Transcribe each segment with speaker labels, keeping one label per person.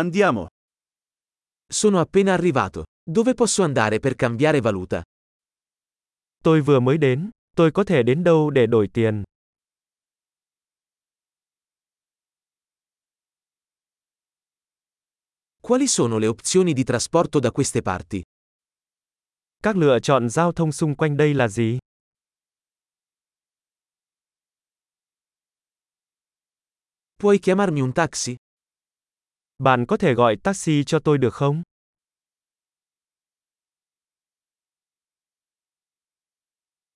Speaker 1: Andiamo.
Speaker 2: Sono appena arrivato. Dove posso andare per cambiare valuta?
Speaker 3: Tôi vừa mới đến, tôi có thể đến đâu để đổi tiền?
Speaker 2: Quali sono le opzioni di trasporto da queste parti?
Speaker 3: Các lựa chọn giao thông xung quanh đây là gì?
Speaker 2: Puoi chiamarmi un taxi?
Speaker 3: Bạn có thể gọi taxi cho tôi được không?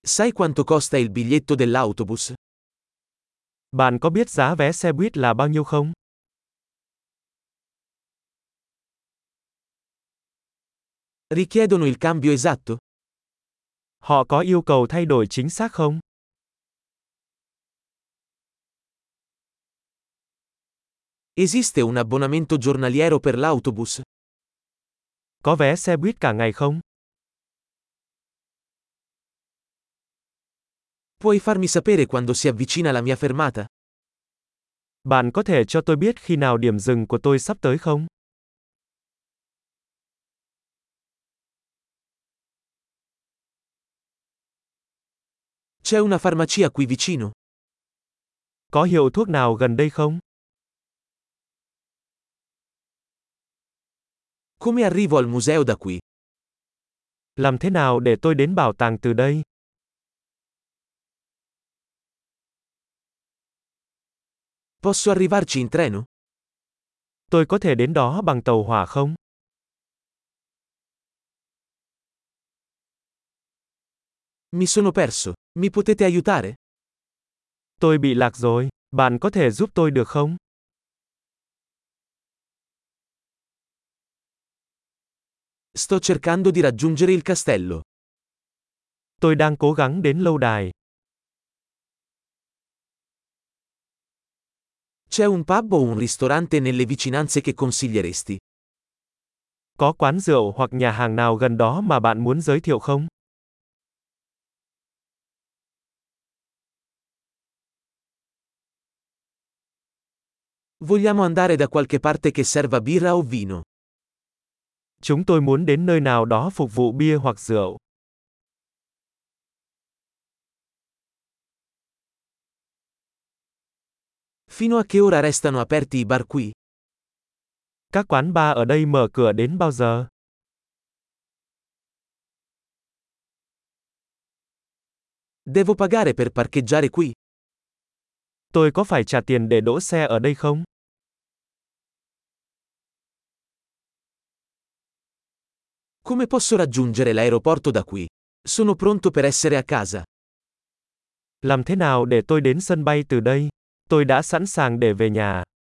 Speaker 2: Sai quanto costa il biglietto dell'autobus?
Speaker 3: Bạn có biết giá vé xe buýt là bao nhiêu không?
Speaker 2: Richiedono il cambio esatto?
Speaker 3: Họ có yêu cầu thay đổi chính xác không?
Speaker 2: Esiste un abbonamento giornaliero per l'autobus?
Speaker 3: Có vé xe buýt cả ngày không?
Speaker 2: Puoi farmi sapere quando si avvicina la mia fermata?
Speaker 3: Bạn có thể cho tôi biết khi nào điểm dừng của tôi sắp tới không?
Speaker 2: C'è una farmacia qui vicino?
Speaker 3: Có hiệu thuốc nào gần đây không?
Speaker 2: Come arrivo al museo da qui?
Speaker 3: Làm thế nào để tôi đến bảo tàng từ đây?
Speaker 2: Posso arrivarci in treno?
Speaker 3: Tôi có thể đến đó bằng tàu hỏa không?
Speaker 2: Mi sono perso. Mi potete aiutare?
Speaker 3: Tôi bị lạc rồi, bạn có thể giúp tôi được không?
Speaker 2: Sto cercando di raggiungere il castello.
Speaker 3: Tôi đang cố gắng đến lâu đài,
Speaker 2: C'è un pub o un ristorante nelle vicinanze che consiglieresti?
Speaker 3: có quán rượu hoặc nhà hàng nào gần đó mà bạn muốn giới thiệu không?
Speaker 2: Vogliamo andare da qualche parte che serva birra o vino.
Speaker 3: Chúng tôi muốn đến nơi nào đó phục vụ bia hoặc rượu.
Speaker 2: Fino a che ora restano aperti i bar qui?
Speaker 3: Các quán bar ở đây mở cửa đến bao giờ?
Speaker 2: Devo pagare per parcheggiare qui?
Speaker 3: Tôi có phải trả tiền để đỗ xe ở đây không?
Speaker 2: Come posso raggiungere l'aeroporto da qui? Sono pronto per essere a casa.
Speaker 3: Làm thế nào để tôi đến sân bay từ đây? Tôi đã sẵn sàng để về nhà.